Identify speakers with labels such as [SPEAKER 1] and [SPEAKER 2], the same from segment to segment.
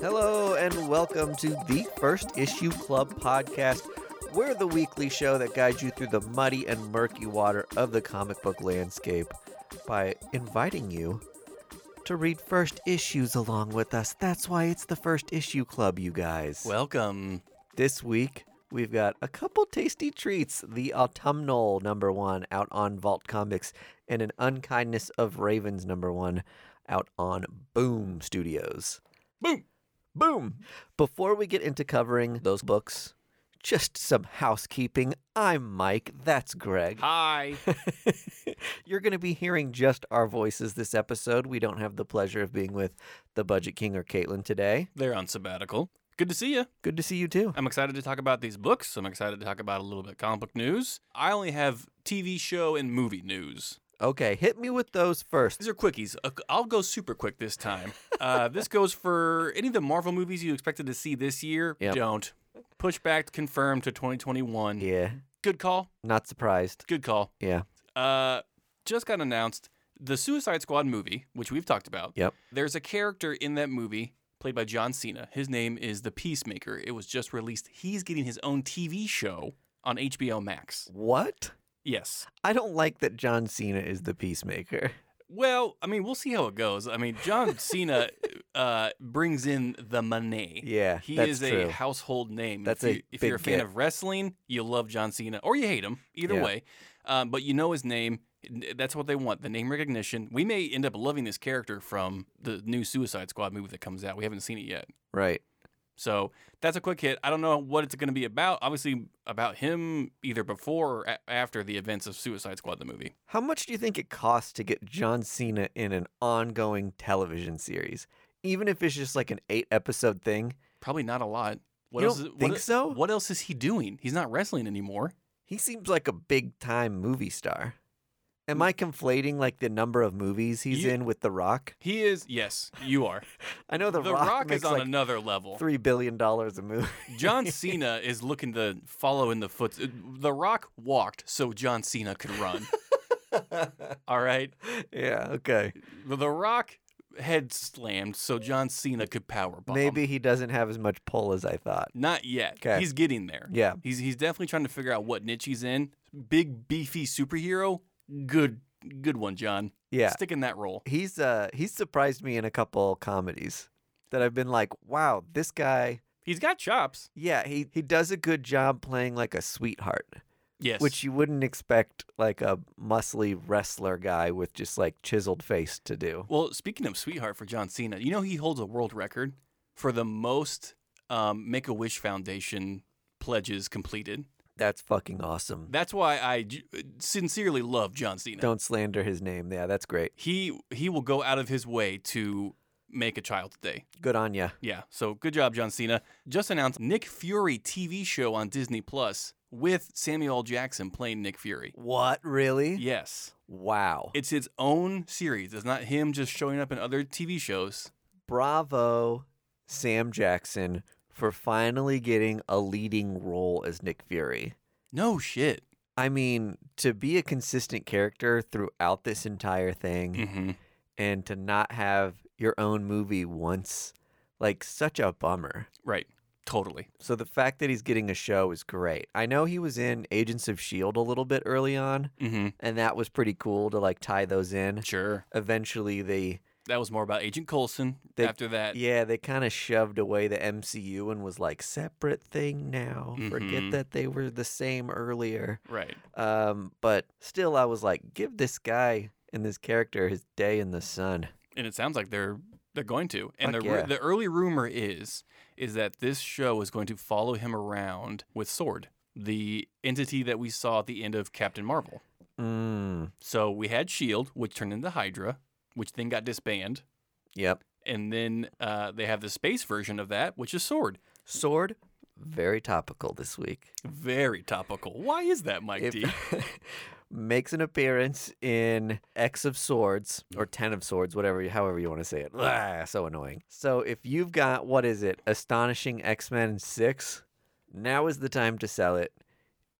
[SPEAKER 1] Hello, and welcome to the First Issue Club podcast. We're the weekly show that guides you through the muddy and murky water of the comic book landscape by inviting you to read first issues along with us. That's why it's the First Issue Club, you guys.
[SPEAKER 2] Welcome.
[SPEAKER 1] This week, we've got a couple tasty treats the Autumnal number one out on Vault Comics, and an Unkindness of Ravens number one out on Boom Studios.
[SPEAKER 2] Boom.
[SPEAKER 1] Boom! Before we get into covering those books, just some housekeeping. I'm Mike, that's Greg.
[SPEAKER 2] Hi.
[SPEAKER 1] You're going to be hearing just our voices this episode. We don't have the pleasure of being with the Budget King or Caitlin today.
[SPEAKER 2] They're on sabbatical. Good to see you.
[SPEAKER 1] Good to see you too.
[SPEAKER 2] I'm excited to talk about these books. I'm excited to talk about a little bit of comic book news. I only have TV show and movie news.
[SPEAKER 1] Okay, hit me with those first.
[SPEAKER 2] These are quickies. Uh, I'll go super quick this time. Uh, this goes for any of the Marvel movies you expected to see this year.
[SPEAKER 1] Yep.
[SPEAKER 2] Don't. Push back confirmed to 2021.
[SPEAKER 1] Yeah,
[SPEAKER 2] Good call.
[SPEAKER 1] not surprised.
[SPEAKER 2] Good call.
[SPEAKER 1] Yeah.
[SPEAKER 2] Uh, just got announced the Suicide Squad movie, which we've talked about.
[SPEAKER 1] Yep.
[SPEAKER 2] There's a character in that movie played by John Cena. His name is the Peacemaker. It was just released. He's getting his own TV show on HBO Max.
[SPEAKER 1] What?
[SPEAKER 2] Yes.
[SPEAKER 1] I don't like that John Cena is the peacemaker.
[SPEAKER 2] Well, I mean, we'll see how it goes. I mean, John Cena uh, brings in the money.
[SPEAKER 1] Yeah,
[SPEAKER 2] He
[SPEAKER 1] that's
[SPEAKER 2] is
[SPEAKER 1] true.
[SPEAKER 2] a household name.
[SPEAKER 1] That's
[SPEAKER 2] if
[SPEAKER 1] a
[SPEAKER 2] you, if you're a
[SPEAKER 1] big
[SPEAKER 2] fan
[SPEAKER 1] get.
[SPEAKER 2] of wrestling, you love John Cena or you hate him. Either
[SPEAKER 1] Yeah.
[SPEAKER 2] way, um, but you know his name. N- That's what they want. The name recognition. We may end up loving this character from the new Suicide Squad movie that comes out. We haven't seen it yet.
[SPEAKER 1] Right.
[SPEAKER 2] So that's a quick hit. I don't know what it's going to be about. Obviously, about him either before or a- after the events of Suicide Squad, the movie.
[SPEAKER 1] How much do you think it costs to get John Cena in an ongoing television series? Even if it's just like an eight episode thing,
[SPEAKER 2] Probably not a lot. What
[SPEAKER 1] You
[SPEAKER 2] else?
[SPEAKER 1] don't
[SPEAKER 2] is- what
[SPEAKER 1] think
[SPEAKER 2] e-
[SPEAKER 1] so?
[SPEAKER 2] What else is he doing? He's not wrestling anymore.
[SPEAKER 1] he seems like a big time movie star. Am I conflating like the number of movies he's
[SPEAKER 2] You-
[SPEAKER 1] in with The Rock?
[SPEAKER 2] He is. Yes, you are.
[SPEAKER 1] I know The, Rock, makes
[SPEAKER 2] is on
[SPEAKER 1] like
[SPEAKER 2] another level.
[SPEAKER 1] three billion dollars a movie.
[SPEAKER 2] John Cena is looking to follow in the foot. The Rock walked so John Cena could run. All right.
[SPEAKER 1] yeah, okay.
[SPEAKER 2] The The Rock head slammed so John Cena could power bomb.
[SPEAKER 1] Maybe he doesn't have as much pull as I thought.
[SPEAKER 2] Not yet.
[SPEAKER 1] 'Kay.
[SPEAKER 2] He's getting there.
[SPEAKER 1] Yeah.
[SPEAKER 2] He's he's definitely trying to figure out what niche he's in. Big beefy superhero. Good good one, John.
[SPEAKER 1] Yeah.
[SPEAKER 2] Stick in that role.
[SPEAKER 1] he's uh he's surprised me in a couple comedies that I've been like, wow, this guy,
[SPEAKER 2] He's got chops.
[SPEAKER 1] yeah, he he does a good job playing like a sweetheart,
[SPEAKER 2] Yes.
[SPEAKER 1] which you wouldn't expect like a muscly wrestler guy with just like chiseled face to do.
[SPEAKER 2] well, speaking of sweetheart for John Cena, you know he holds a world record for the most um, Make a Wish Foundation pledges completed.
[SPEAKER 1] That's fucking awesome.
[SPEAKER 2] That's why I j- sincerely love John Cena.
[SPEAKER 1] Don't slander his name. Yeah, that's great.
[SPEAKER 2] He he will go out of his way to make a child today.
[SPEAKER 1] Good on ya.
[SPEAKER 2] Yeah. So good job, John Cena. Just announced Nick Fury TV show on Disney Plus with Samuel L. Jackson playing Nick Fury.
[SPEAKER 1] What really?
[SPEAKER 2] Yes.
[SPEAKER 1] Wow.
[SPEAKER 2] It's its own series. It's not him just showing up in other TV shows.
[SPEAKER 1] Bravo, Sam Jackson, for finally getting a leading role as Nick Fury.
[SPEAKER 2] No shit.
[SPEAKER 1] I mean, to be a consistent character throughout this entire thing
[SPEAKER 2] Mm-hmm.
[SPEAKER 1] and to not have your own movie once, like, such a bummer.
[SPEAKER 2] Right. Totally.
[SPEAKER 1] So the fact that he's getting a show is great. I know he was in Agents of S.H.I.E.L.D. E a little bit early on,
[SPEAKER 2] Mm-hmm.
[SPEAKER 1] and that was pretty cool to, like, tie those in.
[SPEAKER 2] Sure.
[SPEAKER 1] Eventually, they,
[SPEAKER 2] That was more about Agent Coulson.
[SPEAKER 1] They-
[SPEAKER 2] After that,
[SPEAKER 1] yeah, they kind of shoved away the MCU and was like, separate thing now. Forget
[SPEAKER 2] Mhm.
[SPEAKER 1] that they were the same earlier.
[SPEAKER 2] right.
[SPEAKER 1] Um, but still, I was like, give this guy and this character his day in the sun.
[SPEAKER 2] and it sounds like they're they're going to. And
[SPEAKER 1] Fuck
[SPEAKER 2] the ru-
[SPEAKER 1] yeah.
[SPEAKER 2] the early rumor is is that this show is going to follow him around with Sword, the entity that we saw at the end of Captain Marvel.
[SPEAKER 1] Mm,
[SPEAKER 2] So we had Shield, E which turned into Hydra, which then got disbanded,
[SPEAKER 1] yep.
[SPEAKER 2] and then uh, they have the space version of that, which is Sword.
[SPEAKER 1] Sword, very topical this week.
[SPEAKER 2] Very topical. Why is that, Mike
[SPEAKER 1] If-
[SPEAKER 2] D?
[SPEAKER 1] makes an appearance in X of Swords or Ten of Swords, whatever, however you want to say it. Ah, so annoying. So if you've got what is it, Astonishing X Men Six, now is the time to sell it.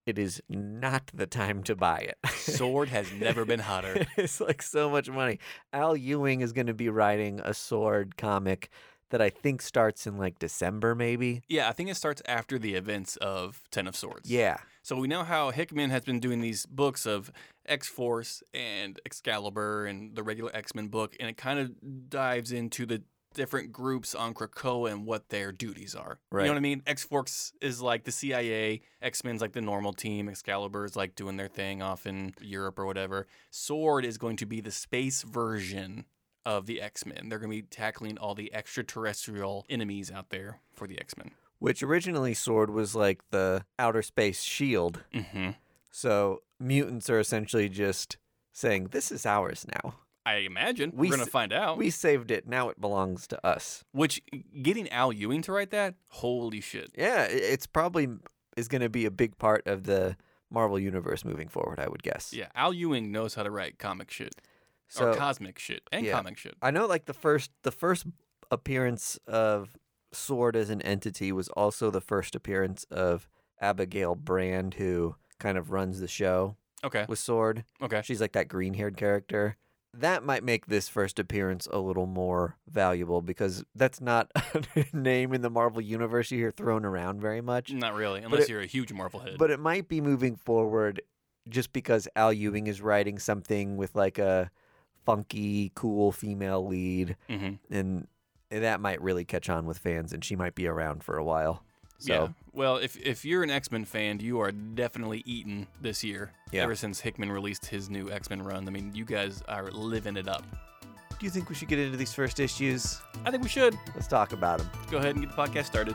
[SPEAKER 1] It is not the time to buy it.
[SPEAKER 2] Sword has never been hotter.
[SPEAKER 1] it's like so much money. Al Ewing is going to be writing a sword comic that I think starts in like December, maybe.
[SPEAKER 2] Yeah, I think it starts after the events of Ten of Swords.
[SPEAKER 1] Yeah.
[SPEAKER 2] So we know how Hickman has been doing these books of X Force and Excalibur and the regular X Men book, and it kind of dives into the different groups on Krakoa and what their duties are. You
[SPEAKER 1] Right.
[SPEAKER 2] know what I mean? X Force is like the CIA, X Men's like the normal team, Excalibur is like doing their thing off in Europe or whatever. Sword is going to be the space version of the X Men. They're going to be tackling all the extraterrestrial enemies out there for the X Men.
[SPEAKER 1] Which originally Sword was like the outer space shield.
[SPEAKER 2] hmm
[SPEAKER 1] So mutants are essentially just saying, this is ours now.
[SPEAKER 2] I imagine
[SPEAKER 1] We
[SPEAKER 2] we are going
[SPEAKER 1] s-
[SPEAKER 2] to find out.
[SPEAKER 1] We saved it. Now it belongs to us.
[SPEAKER 2] Which getting Al Ewing to write that, holy shit.
[SPEAKER 1] Yeah, i- it's probably is going to be a big part of the Marvel universe moving forward, I would guess.
[SPEAKER 2] Yeah, Al Ewing knows how to write comic shit
[SPEAKER 1] So
[SPEAKER 2] or cosmic shit and
[SPEAKER 1] yeah.
[SPEAKER 2] comic shit.
[SPEAKER 1] I know like the first the first appearance of Sword as an entity was also the first appearance of Abigail Brand who kind of runs the show
[SPEAKER 2] Okay,
[SPEAKER 1] with Sword.
[SPEAKER 2] okay.
[SPEAKER 1] She's like that green haired character. That might make this first appearance a little more valuable because that's not a name in the Marvel universe you hear thrown around very much.
[SPEAKER 2] Not really, unless
[SPEAKER 1] it-
[SPEAKER 2] you're a huge Marvel head.
[SPEAKER 1] But it might be moving forward just because Al Ewing is writing something with like a funky, cool female lead,
[SPEAKER 2] hmm
[SPEAKER 1] and that might really catch on with fans, and she might be around for a while. So
[SPEAKER 2] Yeah. Well, if if you're an X Men fan, you are definitely eaten this year.
[SPEAKER 1] Yeah.
[SPEAKER 2] Ever since Hickman released his new X Men run, I mean, you guys are living it up.
[SPEAKER 1] do you think we should get into these first issues?
[SPEAKER 2] I think we should
[SPEAKER 1] Let's talk about them.
[SPEAKER 2] go ahead and get the podcast started.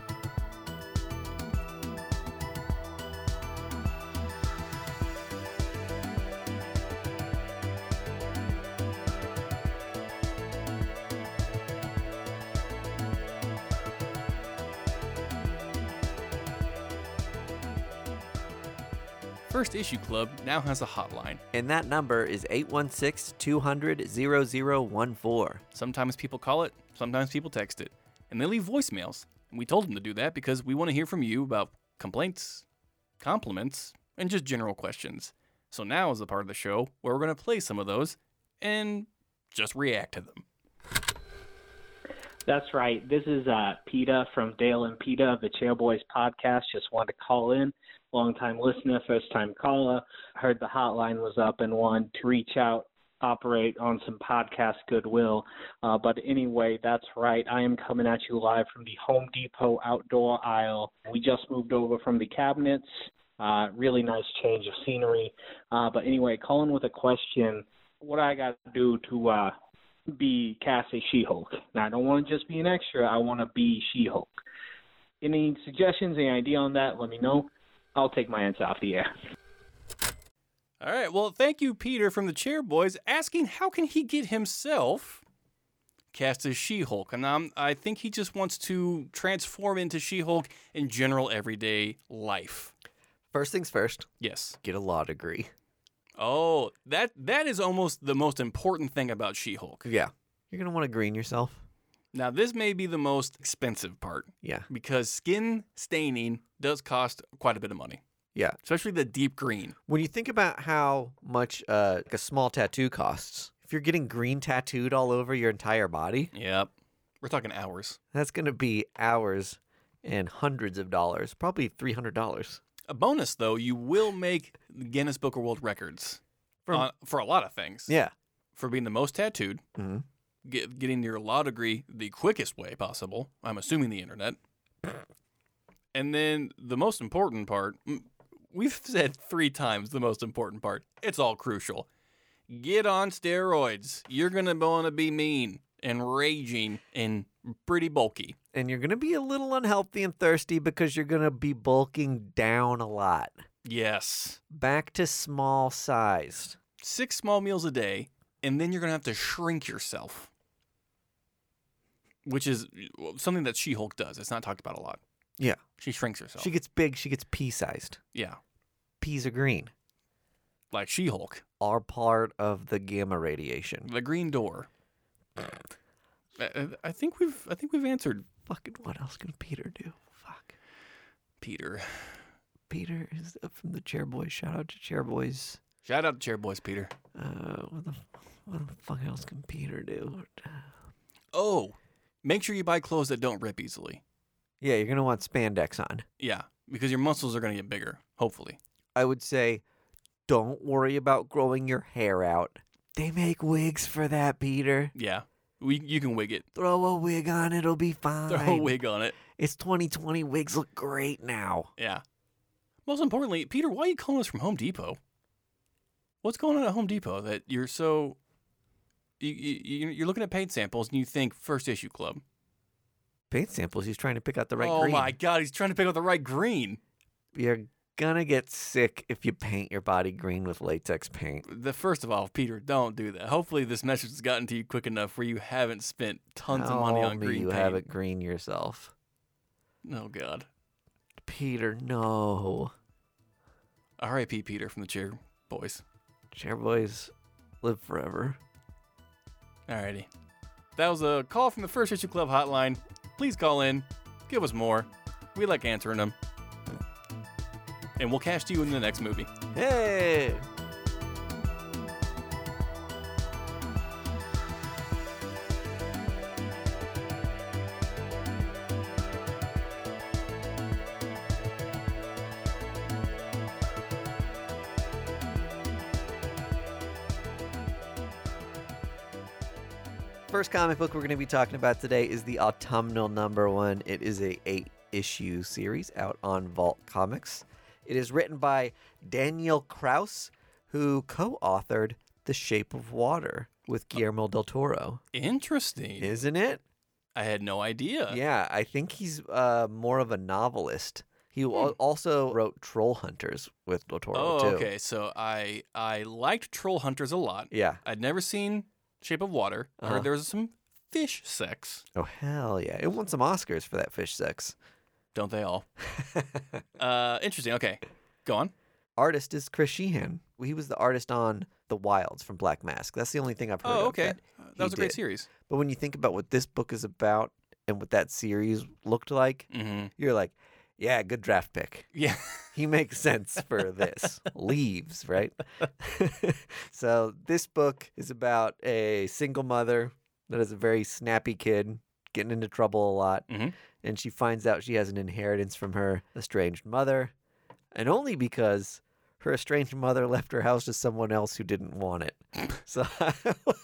[SPEAKER 2] First Issue Club now has a hotline.
[SPEAKER 1] And that number is 816 200 0014.
[SPEAKER 2] Sometimes people call it, sometimes people text it, and they leave voicemails. And we told them to do that because we want to hear from you about complaints, compliments, and just general questions. So now is the part of the show where we're going to play some of those and just react to them.
[SPEAKER 3] That's right. This is uh, PETA from Dale and PETA of the Chairboys podcast. Just wanted to call in. Longtime listener, first time caller. Heard the hotline was up and wanted to reach out, operate on some podcast goodwill. Uh, but anyway, that's right. I am coming at you live from the Home Depot outdoor aisle. We just moved over from the cabinets. Uh, really nice change of scenery. Uh, but anyway, calling with a question. What I got to do to uh, be cast as She Hulk. Now, I don't want to just be an extra, I want to be She Hulk. Any suggestions, any idea on that? Let me know. I'll take my answer off the air.
[SPEAKER 2] All right. Well, thank you, Peter from the Chair Boys, asking how can he get himself cast as She-Hulk, and um, I think he just wants to transform into She-Hulk in general everyday life.
[SPEAKER 1] First things first,
[SPEAKER 2] Yes.
[SPEAKER 1] get a law degree.
[SPEAKER 2] Oh, that that is almost the most important thing about She-Hulk.
[SPEAKER 1] Yeah. You're going to want to green yourself.
[SPEAKER 2] Now, this may be the most expensive part
[SPEAKER 1] Yeah.
[SPEAKER 2] because skin staining does cost quite a bit of money.
[SPEAKER 1] Yeah.
[SPEAKER 2] Especially the deep green.
[SPEAKER 1] When you think about how much uh, like a small tattoo costs, if you're getting green tattooed all over your entire body,
[SPEAKER 2] Yep. We're talking hours.
[SPEAKER 1] that's going to be hours and hundreds of dollars, probably $300
[SPEAKER 2] A bonus though, you will make Guinness Book of World Records
[SPEAKER 1] from
[SPEAKER 2] on- for a lot of things.
[SPEAKER 1] Yeah.
[SPEAKER 2] For being the most tattooed,
[SPEAKER 1] Mhm.
[SPEAKER 2] get, getting your law degree the quickest way possible. I'm assuming the internet. And then the most important part, m- we've said three times the most important part. It's all crucial. Get on steroids. You're going to want to be mean and raging and pretty bulky.
[SPEAKER 1] And you're going to be a little unhealthy and thirsty because you're going to be bulking down a lot.
[SPEAKER 2] Yes.
[SPEAKER 1] Back to small size.
[SPEAKER 2] Six small meals a day, and then you're going to have to shrink yourself, which is well, something that She Hulk does. It's not talked about a lot.
[SPEAKER 1] Yeah.
[SPEAKER 2] She shrinks herself.
[SPEAKER 1] She gets big, she gets pea sized.
[SPEAKER 2] yeah.
[SPEAKER 1] Peas are green.
[SPEAKER 2] like She Hulk,
[SPEAKER 1] are part of the gamma radiation.
[SPEAKER 2] the Green Door. I- I, I think we've I think we've answered
[SPEAKER 1] Fucking what else can Peter do? Fuck.
[SPEAKER 2] Peter.
[SPEAKER 1] Peter is from the Chairboys. Shout out to Chairboys.
[SPEAKER 2] Shout out to Chair Boys, Peter.
[SPEAKER 1] Uh, what the what the fuck else can Peter do?
[SPEAKER 2] Oh, make sure you buy clothes that don't rip easily.
[SPEAKER 1] Yeah, you're gonna want spandex on.
[SPEAKER 2] Yeah, because your muscles are going to get bigger, hopefully.
[SPEAKER 1] I would say, don't worry about growing your hair out. They make wigs for that, Peter.
[SPEAKER 2] Yeah. We you can wig it.
[SPEAKER 1] Throw a wig on, it'll be fine.
[SPEAKER 2] Throw a wig on it.
[SPEAKER 1] It's 2020. Wigs look great now.
[SPEAKER 2] Yeah. Most importantly, Peter, why are you calling us from Home Depot? What's going on at Home Depot that you're so you, you you're looking at paint samples and you think first issue club.
[SPEAKER 1] Paint samples. He's trying to pick out the right
[SPEAKER 2] oh
[SPEAKER 1] green.
[SPEAKER 2] my god, he's trying to pick out the right green.
[SPEAKER 1] You're gonna get sick if you paint your body green with latex paint.
[SPEAKER 2] The first of all, Peter, don't do that. Hopefully this message has gotten to you quick enough where you haven't spent tons of money
[SPEAKER 1] Tell
[SPEAKER 2] on
[SPEAKER 1] me
[SPEAKER 2] green
[SPEAKER 1] you
[SPEAKER 2] paint.
[SPEAKER 1] haven't green yourself.
[SPEAKER 2] Oh god.
[SPEAKER 1] Peter, no.
[SPEAKER 2] R.I.P. Peter from the chair boys.
[SPEAKER 1] Chairboys live forever.
[SPEAKER 2] Alrighty. That was a call from the First Issue Club hotline. Please call in. Give us more. We like answering them. And we'll cast you in the next movie.
[SPEAKER 1] Hey. First comic book we're going to be talking about today is the Autumnal Number One. It is a eight issue series out on Vault Comics. It is written by Daniel Kraus, who co authored The Shape of Water with Guillermo del Toro.
[SPEAKER 2] Interesting.
[SPEAKER 1] Isn't it?
[SPEAKER 2] I had no idea.
[SPEAKER 1] Yeah, I think he's uh, more of a novelist. He al- also wrote Troll Hunters with del Toro,
[SPEAKER 2] Hmm. Oh,
[SPEAKER 1] too.
[SPEAKER 2] okay. So I I liked Troll Hunters a lot.
[SPEAKER 1] Yeah.
[SPEAKER 2] I'd never seen Shape of Water. I
[SPEAKER 1] Uh-huh.
[SPEAKER 2] heard there was some fish sex.
[SPEAKER 1] Oh, hell yeah. It won some Oscars for that fish sex.
[SPEAKER 2] Don't they all? uh, interesting. Okay. Go on.
[SPEAKER 1] artist is Chris Sheehan. He was the artist on The Wilds from Black Mask. That's the only thing I've heard
[SPEAKER 2] Oh,
[SPEAKER 1] of
[SPEAKER 2] okay.
[SPEAKER 1] that.
[SPEAKER 2] Uh, That
[SPEAKER 1] he
[SPEAKER 2] was a great
[SPEAKER 1] did.
[SPEAKER 2] series.
[SPEAKER 1] But when you think about what this book is about and what that series looked like,
[SPEAKER 2] Mm-hmm.
[SPEAKER 1] you're like, yeah, good draft pick.
[SPEAKER 2] Yeah.
[SPEAKER 1] He makes sense for this. Leaves, right? so this book is about a single mother that is a very snappy kid getting into trouble a lot.
[SPEAKER 2] Mhm.
[SPEAKER 1] And she finds out she has an inheritance from her estranged mother. And only because her estranged mother left her house to someone else who didn't want it. So I,
[SPEAKER 2] So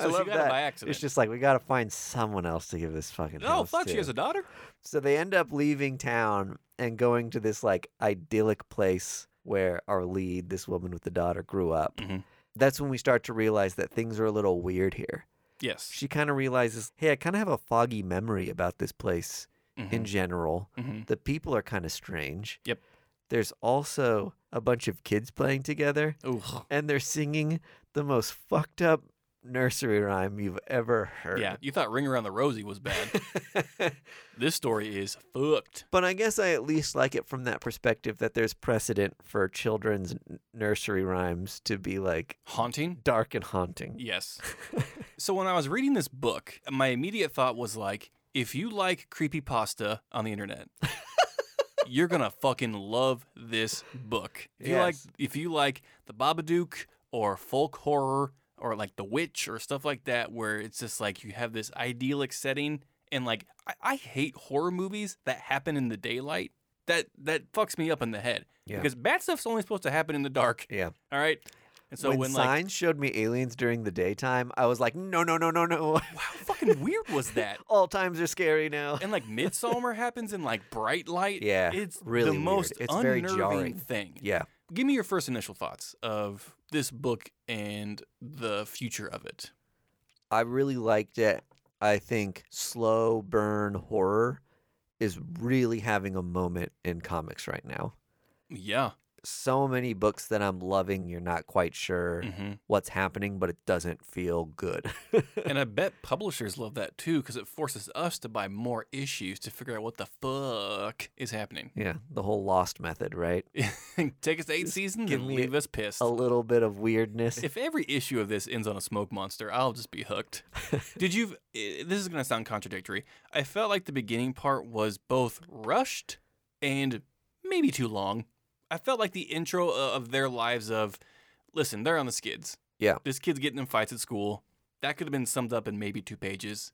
[SPEAKER 2] she
[SPEAKER 1] love
[SPEAKER 2] got
[SPEAKER 1] that.
[SPEAKER 2] it by accident.
[SPEAKER 1] It's just like we got to find someone else to give this fucking
[SPEAKER 2] oh
[SPEAKER 1] house
[SPEAKER 2] fuck,
[SPEAKER 1] to.
[SPEAKER 2] she has a daughter.
[SPEAKER 1] So they end up leaving town and going to this like idyllic place where our lead, this woman with the daughter, grew up.
[SPEAKER 2] Mhm.
[SPEAKER 1] That's when we start to realize that things are a little weird here.
[SPEAKER 2] Yes.
[SPEAKER 1] She kind of realizes, hey, I kind of have a foggy memory about this place
[SPEAKER 2] Mhm.
[SPEAKER 1] in general.
[SPEAKER 2] Mhm.
[SPEAKER 1] The people are kind of strange.
[SPEAKER 2] Yep.
[SPEAKER 1] There's also a bunch of kids playing together
[SPEAKER 2] Ooh.
[SPEAKER 1] and they're singing the most fucked up nursery rhyme you've ever heard.
[SPEAKER 2] Yeah, you thought Ring Around the Rosie was bad. this story is fucked.
[SPEAKER 1] But I guess I at least like it from that perspective that there's precedent for children's n- nursery rhymes to be like
[SPEAKER 2] Haunting?
[SPEAKER 1] dark and haunting.
[SPEAKER 2] Yes. so when I was reading this book, my immediate thought was like, if you like creepypasta on the internet, you're gonna fucking love this book. If you like
[SPEAKER 1] Yes.
[SPEAKER 2] if you like the Babadook or folk horror or like The Witch or stuff like that, where it's just like you have this idyllic setting and like I, I hate horror movies that happen in the daylight. That that fucks me up in the head.
[SPEAKER 1] Yeah.
[SPEAKER 2] Because bad stuff's only supposed to happen in the dark.
[SPEAKER 1] Yeah.
[SPEAKER 2] All right. And so
[SPEAKER 1] when,
[SPEAKER 2] when, like
[SPEAKER 1] signs showed me aliens during the daytime, I was like, no, no, no, no, no.
[SPEAKER 2] how fucking weird was that?
[SPEAKER 1] All times are scary now.
[SPEAKER 2] And like midsummer happens in like bright light.
[SPEAKER 1] Yeah,
[SPEAKER 2] it's
[SPEAKER 1] really
[SPEAKER 2] the
[SPEAKER 1] weird.
[SPEAKER 2] most
[SPEAKER 1] It's very
[SPEAKER 2] unnerving
[SPEAKER 1] jarring.
[SPEAKER 2] thing.
[SPEAKER 1] Yeah.
[SPEAKER 2] Give me your first initial thoughts of this book and the future of it.
[SPEAKER 1] I really liked it. I think slow burn horror is really having a moment in comics right now.
[SPEAKER 2] Yeah,
[SPEAKER 1] so many books that I'm loving. You're not quite sure
[SPEAKER 2] hmm
[SPEAKER 1] what's happening, but it doesn't feel good.
[SPEAKER 2] And I bet publishers love that too because it forces us to buy more issues to figure out what the fuck is happening.
[SPEAKER 1] yeah, the whole lost method, right?
[SPEAKER 2] Take us to eight
[SPEAKER 1] Just
[SPEAKER 2] seasons
[SPEAKER 1] give
[SPEAKER 2] and
[SPEAKER 1] me
[SPEAKER 2] leave us pissed.
[SPEAKER 1] A little bit of weirdness.
[SPEAKER 2] If every issue of this ends on a smoke monster, I'll just be hooked. Did you? eh, This is going to sound contradictory. I felt like the beginning part was both rushed and maybe too long. I felt like the intro o- of their lives of, listen, they're on the skids.
[SPEAKER 1] Yeah.
[SPEAKER 2] This kid's getting in fights at school. That could have been summed up in maybe two pages,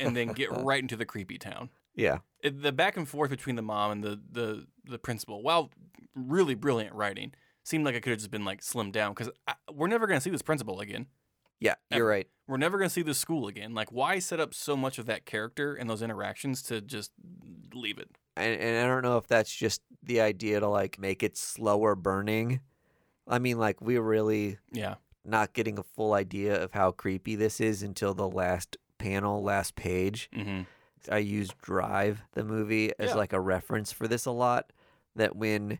[SPEAKER 2] and then get right into the creepy town.
[SPEAKER 1] yeah,
[SPEAKER 2] It- The back and forth between the mom and the the the principal, while really brilliant writing, seemed like it could have just been like slimmed down because we're never going to see this principal again
[SPEAKER 1] yeah, you're
[SPEAKER 2] Ever.
[SPEAKER 1] right.
[SPEAKER 2] we're never going to see this school again. Like, why set up so much of that character and those interactions to just leave it?
[SPEAKER 1] and, and I don't know if that's just the idea to like make it slower burning. I mean, like we're really
[SPEAKER 2] Yeah.
[SPEAKER 1] not getting a full idea of how creepy this is until the last panel, last page.
[SPEAKER 2] Mm-hmm.
[SPEAKER 1] I use Drive, the movie, as
[SPEAKER 2] Yeah.
[SPEAKER 1] like a reference for this a lot. That when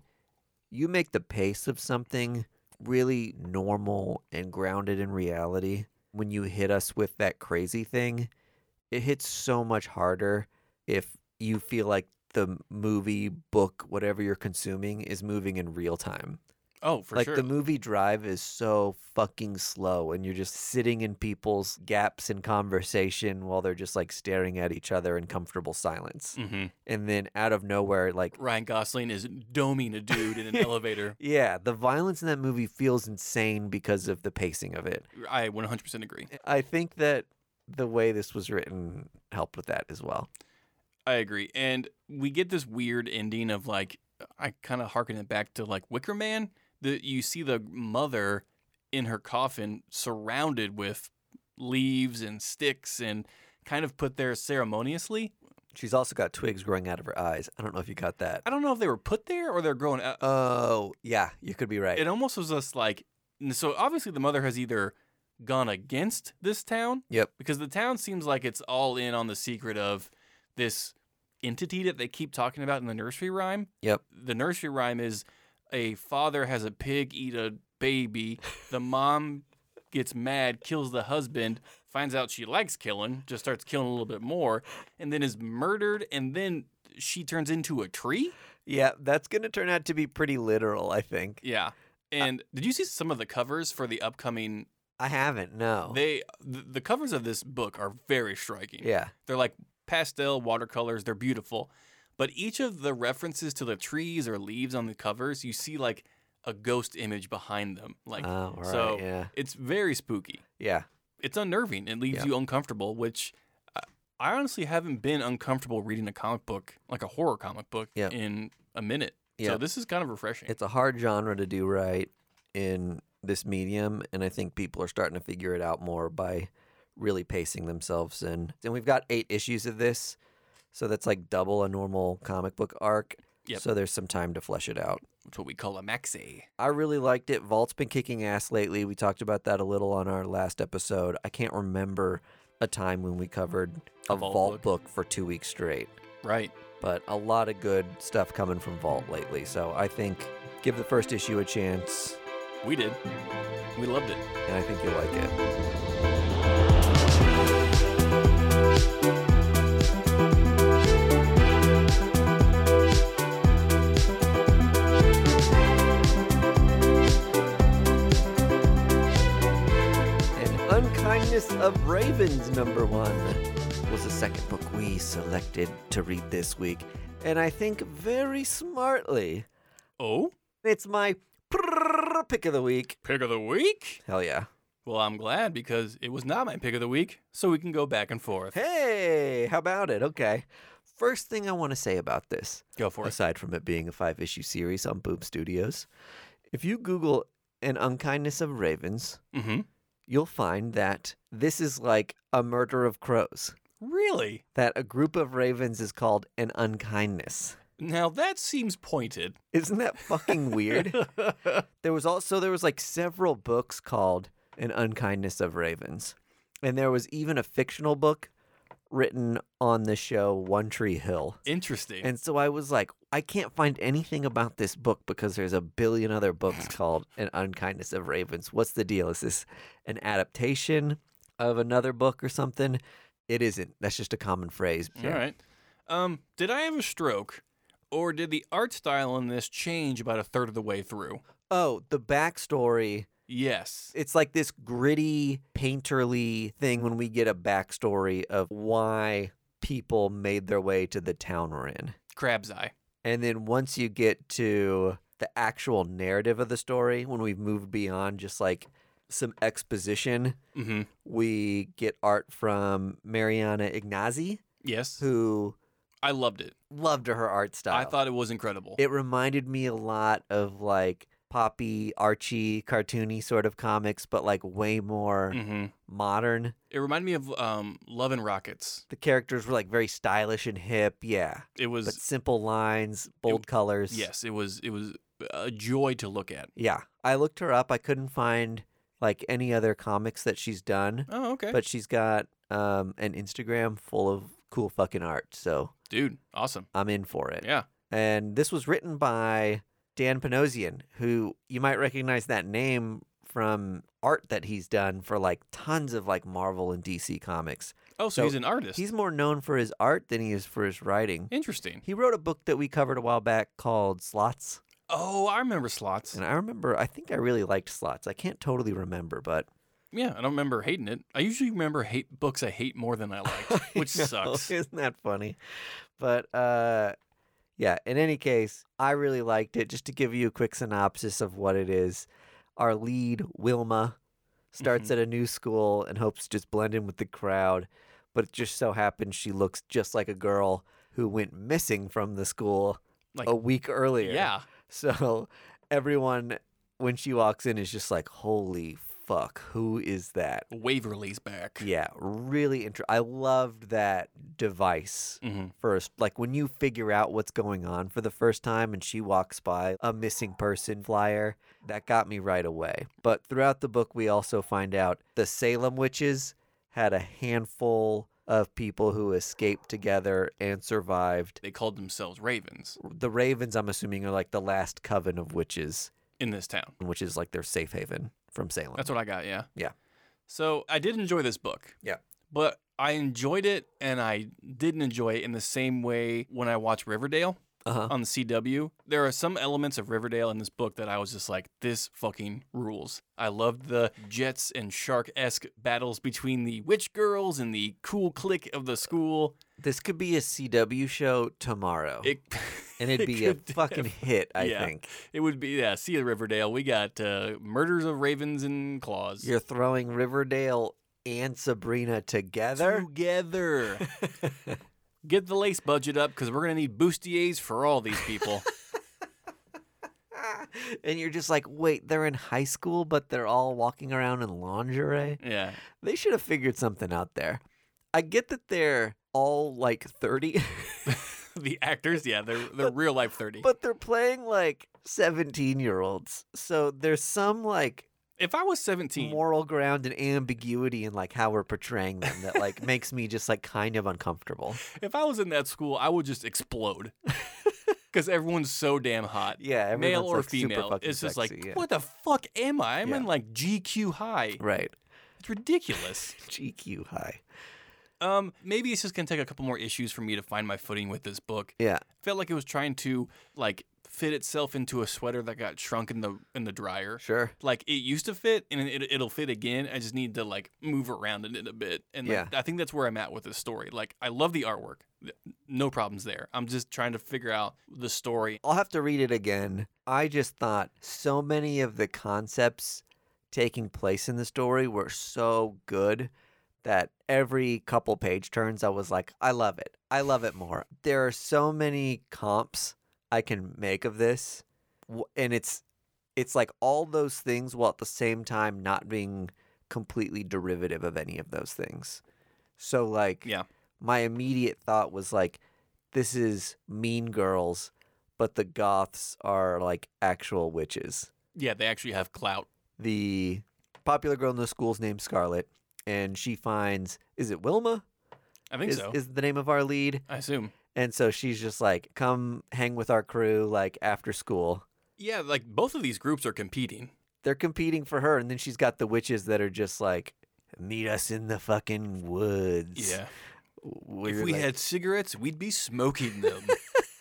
[SPEAKER 1] you make the pace of something really normal and grounded in reality, when you hit us with that crazy thing, it hits so much harder if you feel like the movie, book, whatever you're consuming is moving in real time.
[SPEAKER 2] Oh, for
[SPEAKER 1] like
[SPEAKER 2] sure.
[SPEAKER 1] the movie Drive is so fucking slow, and you're just sitting in people's gaps in conversation while they're just like staring at each other in comfortable silence.
[SPEAKER 2] Mhm.
[SPEAKER 1] And then out of nowhere, like,
[SPEAKER 2] Ryan Gosling is doming a dude in an elevator.
[SPEAKER 1] yeah, the violence in that movie feels insane because of the pacing of it. Eh,
[SPEAKER 2] I 100% agree.
[SPEAKER 1] I think that the way this was written helped with that as well.
[SPEAKER 2] I agree. And we get this weird ending of like, I kind of harken it back to like Wicker Man. That you see the mother in her coffin surrounded with leaves and sticks and kind of put there ceremoniously.
[SPEAKER 1] She's also got twigs growing out of her eyes. I don't know if you got that.
[SPEAKER 2] I don't know if they were put there or they're growing out.
[SPEAKER 1] Oh, yeah, you could be right.
[SPEAKER 2] it almost was just like n- so obviously the mother has either gone against this town
[SPEAKER 1] Yep.
[SPEAKER 2] because the town seems like it's all in on the secret of this entity that they keep talking about in the nursery rhyme
[SPEAKER 1] Yep.
[SPEAKER 2] the nursery rhyme is a father has a pig eat a baby the mom gets mad kills the husband finds out she likes killing just starts killing a little bit more and then is murdered and then she turns into a tree
[SPEAKER 1] Yeah, that's going to turn out to be pretty literal, I think.
[SPEAKER 2] yeah and did you see some of the covers for the upcoming
[SPEAKER 1] I haven't, no.
[SPEAKER 2] They the, the covers of this book are very striking.
[SPEAKER 1] yeah.
[SPEAKER 2] They're like pastel watercolors, they're beautiful. But each of the references to the trees or leaves on the covers, you see like a ghost image behind them. Like
[SPEAKER 1] oh, all right.
[SPEAKER 2] so-
[SPEAKER 1] yeah.
[SPEAKER 2] it's very spooky.
[SPEAKER 1] Yeah.
[SPEAKER 2] It's unnerving. It leaves
[SPEAKER 1] Yeah.
[SPEAKER 2] you uncomfortable, which I, I honestly haven't been uncomfortable reading a comic book, like a horror comic book
[SPEAKER 1] Yeah.
[SPEAKER 2] in a minute.
[SPEAKER 1] Yeah.
[SPEAKER 2] So this is kind of refreshing.
[SPEAKER 1] It's a hard genre to do right in this medium, and I think people are starting to figure it out more by really pacing themselves in. And we've got eight issues of this, so that's like double a normal comic book arc.
[SPEAKER 2] Yep.
[SPEAKER 1] So there's some time to flesh it out.
[SPEAKER 2] it's what we call a maxi.
[SPEAKER 1] I really liked it. Vault's been kicking ass lately. We talked about that a little on our last episode. I can't remember a time when we covered a,
[SPEAKER 2] A Vault
[SPEAKER 1] Vault,
[SPEAKER 2] book.
[SPEAKER 1] book for two weeks straight.
[SPEAKER 2] Right.
[SPEAKER 1] but a lot of good stuff coming from Vault lately. So I think give the first issue a chance,
[SPEAKER 2] We did. We loved it.
[SPEAKER 1] and I think you'll like it. And Unkindness of Ravens, number one, was the second book we selected to read this week. And I think very smartly,
[SPEAKER 2] Oh?
[SPEAKER 1] it's my pick of the week.
[SPEAKER 2] Pick of the week?
[SPEAKER 1] Hell yeah.
[SPEAKER 2] Well, I'm glad because it was not my pick of the week, so we can go back and forth.
[SPEAKER 1] Hey, how about it? Okay. First thing I want to say about this,
[SPEAKER 2] Go for it.
[SPEAKER 1] aside from it being a five issue series on Boom Studios, if you Google An Unkindness of Ravens,
[SPEAKER 2] Mm-hmm.
[SPEAKER 1] you'll find that this is like a murder of crows,
[SPEAKER 2] Really?
[SPEAKER 1] that a group of ravens is called an unkindness.
[SPEAKER 2] Now that seems pointed.
[SPEAKER 1] Isn't that fucking weird? there was also there was like several books called An Unkindness of Ravens. And there was even a fictional book written on the show One Tree Hill.
[SPEAKER 2] Interesting.
[SPEAKER 1] And so I was like, I can't find anything about this book because there's a billion other books called An Unkindness of Ravens. What's the deal? Is this an adaptation of another book or something? It isn't. That's just a common phrase.
[SPEAKER 2] All right. Um, did I have a stroke, or did the art style in this change about a third of the way through?
[SPEAKER 1] Oh, the backstory.
[SPEAKER 2] Yes.
[SPEAKER 1] It's like this gritty, painterly thing when we get a backstory of why people made their way to the town we're in.
[SPEAKER 2] Crab's eye.
[SPEAKER 1] And then once you get to the actual narrative of the story, when we've moved beyond just like some exposition,
[SPEAKER 2] Mm-hmm.
[SPEAKER 1] we get art from Mariana Ignazi,
[SPEAKER 2] Yes.
[SPEAKER 1] who
[SPEAKER 2] I loved it.
[SPEAKER 1] loved her art style.
[SPEAKER 2] I thought it was incredible.
[SPEAKER 1] it reminded me a lot of like Poppy, Archie, cartoony sort of comics, but like way more
[SPEAKER 2] hmm
[SPEAKER 1] modern.
[SPEAKER 2] It reminded me of um, Love and Rockets.
[SPEAKER 1] The characters were like very stylish and hip, yeah,
[SPEAKER 2] It was
[SPEAKER 1] but simple lines, bold colors.
[SPEAKER 2] yes. It was it was a joy to look at.
[SPEAKER 1] Yeah. I looked her up. I couldn't find like any other comics that she's done,
[SPEAKER 2] Oh, okay,
[SPEAKER 1] but she's got um, an Instagram full of cool fucking art. So
[SPEAKER 2] dude, awesome.
[SPEAKER 1] I'm in for it.
[SPEAKER 2] Yeah.
[SPEAKER 1] And this was written by Dan Panosian, who you might recognize that name from art that he's done for like tons of like Marvel and DC comics.
[SPEAKER 2] Oh, so,
[SPEAKER 1] So
[SPEAKER 2] he's an artist.
[SPEAKER 1] He's more known for his art than he is for his writing.
[SPEAKER 2] interesting.
[SPEAKER 1] He wrote a book that we covered a while back called Slots.
[SPEAKER 2] Oh, I remember slots.
[SPEAKER 1] And I remember, I think I really liked Slots. I can't totally remember, but
[SPEAKER 2] Yeah, I don't remember hating it. I usually remember hate books I hate more than I like, which
[SPEAKER 1] know,
[SPEAKER 2] sucks.
[SPEAKER 1] Isn't that funny? But uh, yeah, in any case, I really liked it. Just to give you a quick synopsis of what it is our lead, Wilma,
[SPEAKER 2] Mm-hmm.
[SPEAKER 1] starts at a new school and hopes to just blend in with the crowd. But it just so happens she looks just like a girl who went missing from the school
[SPEAKER 2] Like-
[SPEAKER 1] a week earlier.
[SPEAKER 2] Yeah.
[SPEAKER 1] So everyone, when she walks in, is just like, holy fuck, who is that?
[SPEAKER 2] Waverly's back.
[SPEAKER 1] Yeah, really interesting. I loved that device
[SPEAKER 2] hmm
[SPEAKER 1] first. Like when you figure out what's going on for the first time and she walks by a missing person flyer, that got me right away. But throughout the book, we also find out the Salem witches had a handful of people who escaped together and survived.
[SPEAKER 2] They called themselves Ravens
[SPEAKER 1] The Ravens, I'm assuming, are like the last coven of witches,
[SPEAKER 2] in this town.
[SPEAKER 1] which is like their safe haven from Salem.
[SPEAKER 2] That's what I got, yeah.
[SPEAKER 1] Yeah.
[SPEAKER 2] So I did enjoy this book.
[SPEAKER 1] Yeah.
[SPEAKER 2] But I enjoyed it and I didn't enjoy it in the same way when I watched Riverdale
[SPEAKER 1] Uh-huh.
[SPEAKER 2] on the CW. There are some elements of Riverdale in this book that I was just like, this fucking rules. I loved the Jets and Shark esque battles between the witch girls and the cool clique of the school.
[SPEAKER 1] This could be a CW show tomorrow.
[SPEAKER 2] It,
[SPEAKER 1] Oh. and it'd
[SPEAKER 2] it
[SPEAKER 1] be a
[SPEAKER 2] could
[SPEAKER 1] fucking
[SPEAKER 2] have-
[SPEAKER 1] hit, I
[SPEAKER 2] yeah.
[SPEAKER 1] think.
[SPEAKER 2] It would be, yeah, see you, Riverdale. We got uh, Murders of Ravens and Claws.
[SPEAKER 1] You're throwing Riverdale and Sabrina together.
[SPEAKER 2] Together. Get the lace budget up because we're going to need bustiers for all these people.
[SPEAKER 1] and you're just like, wait, they're in high school, but they're all walking around in lingerie?
[SPEAKER 2] yeah.
[SPEAKER 1] They should have figured something out there. I get that they're all like 30,
[SPEAKER 2] The actors, yeah, they're, they're real life 30.
[SPEAKER 1] but they're playing like 17 year olds. So there's some like
[SPEAKER 2] if I was 17,
[SPEAKER 1] moral ground and ambiguity in like how we're portraying them that like makes me just like kind of uncomfortable.
[SPEAKER 2] if I was in that school, I would just explode because everyone's so damn hot.
[SPEAKER 1] Yeah,
[SPEAKER 2] Male
[SPEAKER 1] everyone's,
[SPEAKER 2] or
[SPEAKER 1] like, super
[SPEAKER 2] female,
[SPEAKER 1] fucking
[SPEAKER 2] it's just like,
[SPEAKER 1] sexy, yeah.
[SPEAKER 2] what the fuck am I? I'm
[SPEAKER 1] Yeah.
[SPEAKER 2] in like GQ high.
[SPEAKER 1] Right.
[SPEAKER 2] It's ridiculous.
[SPEAKER 1] GQ high.
[SPEAKER 2] um, maybe it's just gonna take a couple more issues for me to find my footing with this book.
[SPEAKER 1] Yeah.
[SPEAKER 2] felt like it was trying to like fit itself into a sweater that got shrunk in the in the dryer.
[SPEAKER 1] Sure.
[SPEAKER 2] Like it used to fit, and it, it'll fit again. I just need to like move around in it a bit, and like, I think that's where I'm at with this story. Like I love the artwork, Th- no problems there. I'm just trying to figure out the story.
[SPEAKER 1] I'll have to read it again. I just thought so many of the concepts taking place in the story were so good that every couple page turns, I was like, I love it. I love it more. There are so many comps I can make of this, W- and it's it's like all those things while at the same time not being completely derivative of any of those things. So like,
[SPEAKER 2] Yeah.
[SPEAKER 1] my immediate thought was like, this is Mean Girls, but the Goths are like actual witches.
[SPEAKER 2] Yeah, they actually have clout.
[SPEAKER 1] The popular girl in the school's named Scarlet, and she finds is it Wilma?
[SPEAKER 2] I think
[SPEAKER 1] is,
[SPEAKER 2] so.
[SPEAKER 1] is the name of our lead.
[SPEAKER 2] I assume.
[SPEAKER 1] And so she's just like, come hang with our crew, like after school.
[SPEAKER 2] Yeah, like both of these groups are competing.
[SPEAKER 1] They're competing for her. And then she's got the witches that are just like, meet us in the fucking woods.
[SPEAKER 2] Yeah.
[SPEAKER 1] We're
[SPEAKER 2] if we
[SPEAKER 1] like-
[SPEAKER 2] had cigarettes, we'd be smoking them.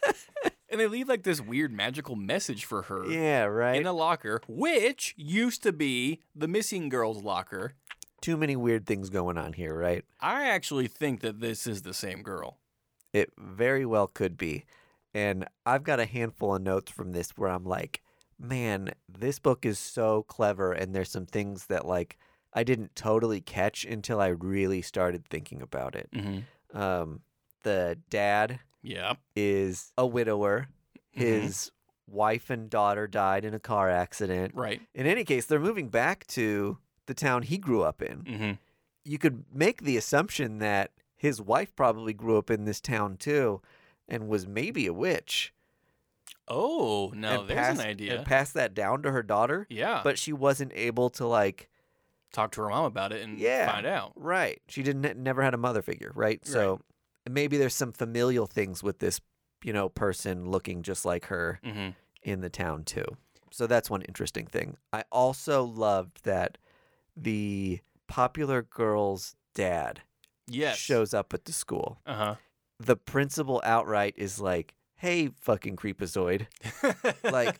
[SPEAKER 2] and they leave like this weird magical message for her
[SPEAKER 1] Yeah, right.
[SPEAKER 2] in a locker, which used to be the missing girl's locker.
[SPEAKER 1] Too many weird things going on here, right?
[SPEAKER 2] I actually think that this is the same girl.
[SPEAKER 1] It very well could be. And I've got a handful of notes from this where I'm like, man, this book is so clever. And there's some things that, like, I didn't totally catch until I really started thinking about it.
[SPEAKER 2] Mm-hmm.
[SPEAKER 1] Um, the dad
[SPEAKER 2] Yeah.
[SPEAKER 1] is a widower,
[SPEAKER 2] Mhm.
[SPEAKER 1] his wife and daughter died in a car accident.
[SPEAKER 2] Right.
[SPEAKER 1] In any case, they're moving back to the town he grew up in.
[SPEAKER 2] Mm-hmm.
[SPEAKER 1] you could make the assumption that his wife probably grew up in this town too and was maybe a witch.
[SPEAKER 2] Oh, now
[SPEAKER 1] and
[SPEAKER 2] there's
[SPEAKER 1] passed,
[SPEAKER 2] an idea. Uh.
[SPEAKER 1] And passed that down to her daughter,
[SPEAKER 2] yeah.
[SPEAKER 1] but she wasn't able to like
[SPEAKER 2] Talk to her mom about it and
[SPEAKER 1] Yeah.
[SPEAKER 2] find out.
[SPEAKER 1] right. She didn't never had a mother figure, right? So maybe there's some familial things with this, you know, person looking just like her
[SPEAKER 2] Mm-hmm.
[SPEAKER 1] in the town too. So that's one interesting thing. I also loved that the popular girl's dad
[SPEAKER 2] Yes.
[SPEAKER 1] shows up at the school.
[SPEAKER 2] Uh
[SPEAKER 1] the principal outright is like, "Hey, fucking creepazoid,
[SPEAKER 2] huh.
[SPEAKER 1] Like-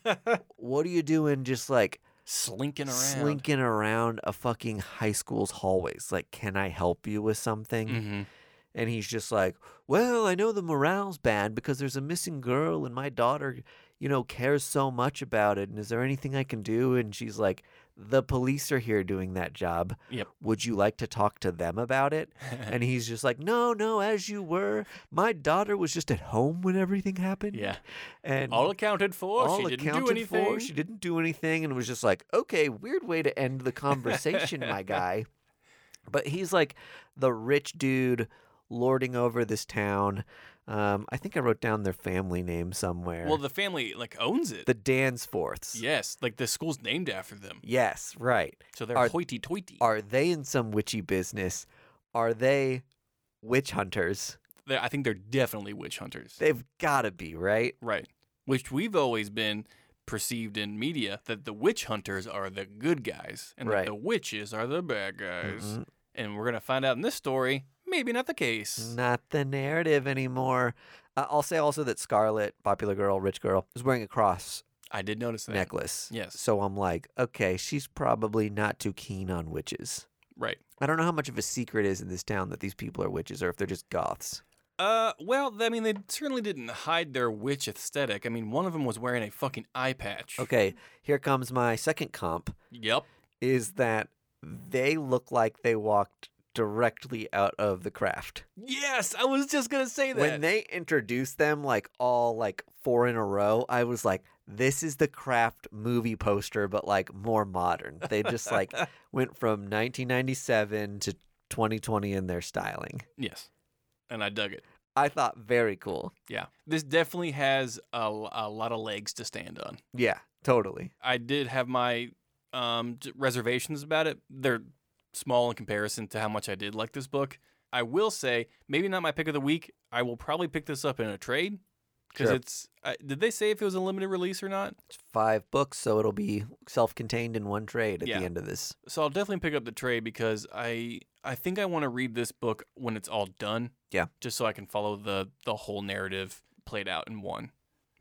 [SPEAKER 1] what are you doing? Just like
[SPEAKER 2] slinking around.
[SPEAKER 1] slinking around a fucking high school's hallways. Like, can I help you with something?"
[SPEAKER 2] Mm-hmm.
[SPEAKER 1] And he's just like, "Well, I know the morale's bad because there's a missing girl, and my daughter, you know, cares so much about it. And is there anything I can do?" And she's like. The police are here doing that job.
[SPEAKER 2] Yep.
[SPEAKER 1] Would you like to talk to them about it? And he's just like, No, no, as you were. My daughter was just at home when everything happened.
[SPEAKER 2] yeah.
[SPEAKER 1] and
[SPEAKER 2] All accounted for.
[SPEAKER 1] all
[SPEAKER 2] she didn't
[SPEAKER 1] accounted
[SPEAKER 2] do anything.
[SPEAKER 1] for. She didn't do anything, and was just like, "Okay, weird way to end the conversation, my guy." But he's like the rich dude lording over this town. Um, I think I wrote down their family name somewhere.
[SPEAKER 2] Well, the family like owns it.
[SPEAKER 1] the Dansforths.
[SPEAKER 2] yes, like the school's named after them,
[SPEAKER 1] Yes, right.
[SPEAKER 2] so they're
[SPEAKER 1] Are-
[SPEAKER 2] hoity-toity.
[SPEAKER 1] Are they in some witchy business? Are they witch hunters?
[SPEAKER 2] They're- I think they're definitely witch hunters,
[SPEAKER 1] They've got to be, right?
[SPEAKER 2] right? Which we've always been perceived in media that the witch hunters are the good guys and
[SPEAKER 1] Right.
[SPEAKER 2] that the witches are the bad guys.
[SPEAKER 1] Mhm.
[SPEAKER 2] And we're gonna find out in this story, maybe not the case.
[SPEAKER 1] not the narrative anymore. Uh, I'll say also that Scarlet, popular girl, rich girl, is wearing a cross
[SPEAKER 2] I did notice that.
[SPEAKER 1] necklace.
[SPEAKER 2] Yes.
[SPEAKER 1] So I'm like, okay, she's probably not too keen on witches.
[SPEAKER 2] Right.
[SPEAKER 1] I don't know how much of a secret is in this town that these people are witches or if they're just goths.
[SPEAKER 2] Uh, well, I mean, they certainly didn't hide their witch aesthetic. I mean, one of them was wearing a fucking eye patch.
[SPEAKER 1] Okay, here comes my second comp
[SPEAKER 2] Yep.
[SPEAKER 1] is that they look like they walked directly out of the craft.
[SPEAKER 2] Yes, I was just gonna say that.
[SPEAKER 1] When they introduced them like all like four in a row, I was like, this is the craft movie poster, but like more modern. They just like went from 1997 to 2020 in their styling.
[SPEAKER 2] yes, and I dug it.
[SPEAKER 1] I thought very cool.
[SPEAKER 2] Yeah, this definitely has a, a lot of legs to stand on.
[SPEAKER 1] Yeah, totally.
[SPEAKER 2] I did have my um, j- reservations about it. They're small in comparison to how much I did like this book. I will say, maybe not my pick of the week. I will probably pick this up in a trade because
[SPEAKER 1] Sure.
[SPEAKER 2] it's. I did they say if it was a limited release or not?
[SPEAKER 1] It's five books, so it'll be self-contained in one trade at
[SPEAKER 2] Yeah.
[SPEAKER 1] the end of this.
[SPEAKER 2] So I'll definitely pick up the trade because I I think I want to read this book when it's all done.
[SPEAKER 1] Yeah.
[SPEAKER 2] Just so I can follow the the whole narrative played out in one.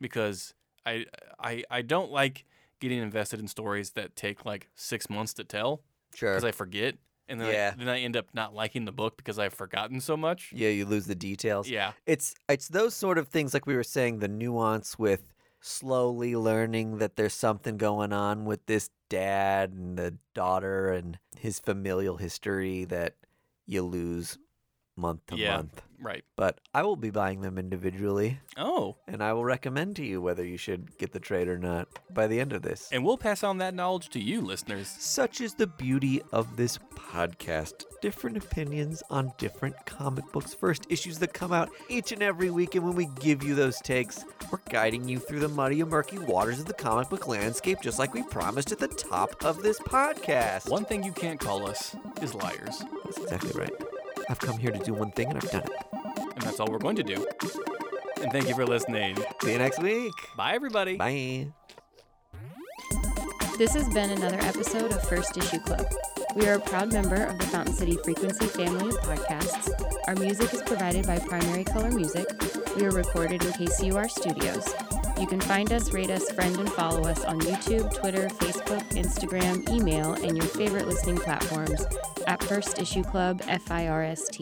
[SPEAKER 2] Because I I I don't like getting invested in stories that take like 6 months to tell
[SPEAKER 1] Sure.
[SPEAKER 2] because I forget and then
[SPEAKER 1] Yeah.
[SPEAKER 2] I, then I end up not liking the book because I've forgotten so much.
[SPEAKER 1] yeah, you lose the details.
[SPEAKER 2] Yeah.
[SPEAKER 1] It's it's those sort of things like we were saying the nuance with slowly learning that there's something going on with this dad and the daughter and his familial history that you lose month to
[SPEAKER 2] Yeah.
[SPEAKER 1] month.
[SPEAKER 2] Right.
[SPEAKER 1] But I will be buying them individually
[SPEAKER 2] Oh,
[SPEAKER 1] and I will recommend to you whether you should get the trade or not by the end of this.
[SPEAKER 2] and we'll pass on that knowledge to you listeners.
[SPEAKER 1] Such is the beauty of this podcast. Different opinions on different comic books first issues that come out each and every week. And when we give you those takes, we're guiding you through the muddy and murky waters of the comic book landscape, just like we promised at the top of this podcast.
[SPEAKER 2] One thing you can't call us is liars.
[SPEAKER 1] That's exactly right. I've come here to do one thing and I've done it.
[SPEAKER 2] And that's all we're going to do. And thank you for listening.
[SPEAKER 1] See you next week.
[SPEAKER 2] Bye, everybody.
[SPEAKER 1] Bye.
[SPEAKER 4] This has been another episode of First Issue Club. We are a proud member of the Fountain City Frequency family of podcasts. Our music is provided by Primary Color Music. We are recorded in KCUR Studios. You can find us, rate us, friend, and follow us on YouTube, Twitter, Facebook, Instagram, email, and your favorite listening platforms at First Issue Club, FIRST.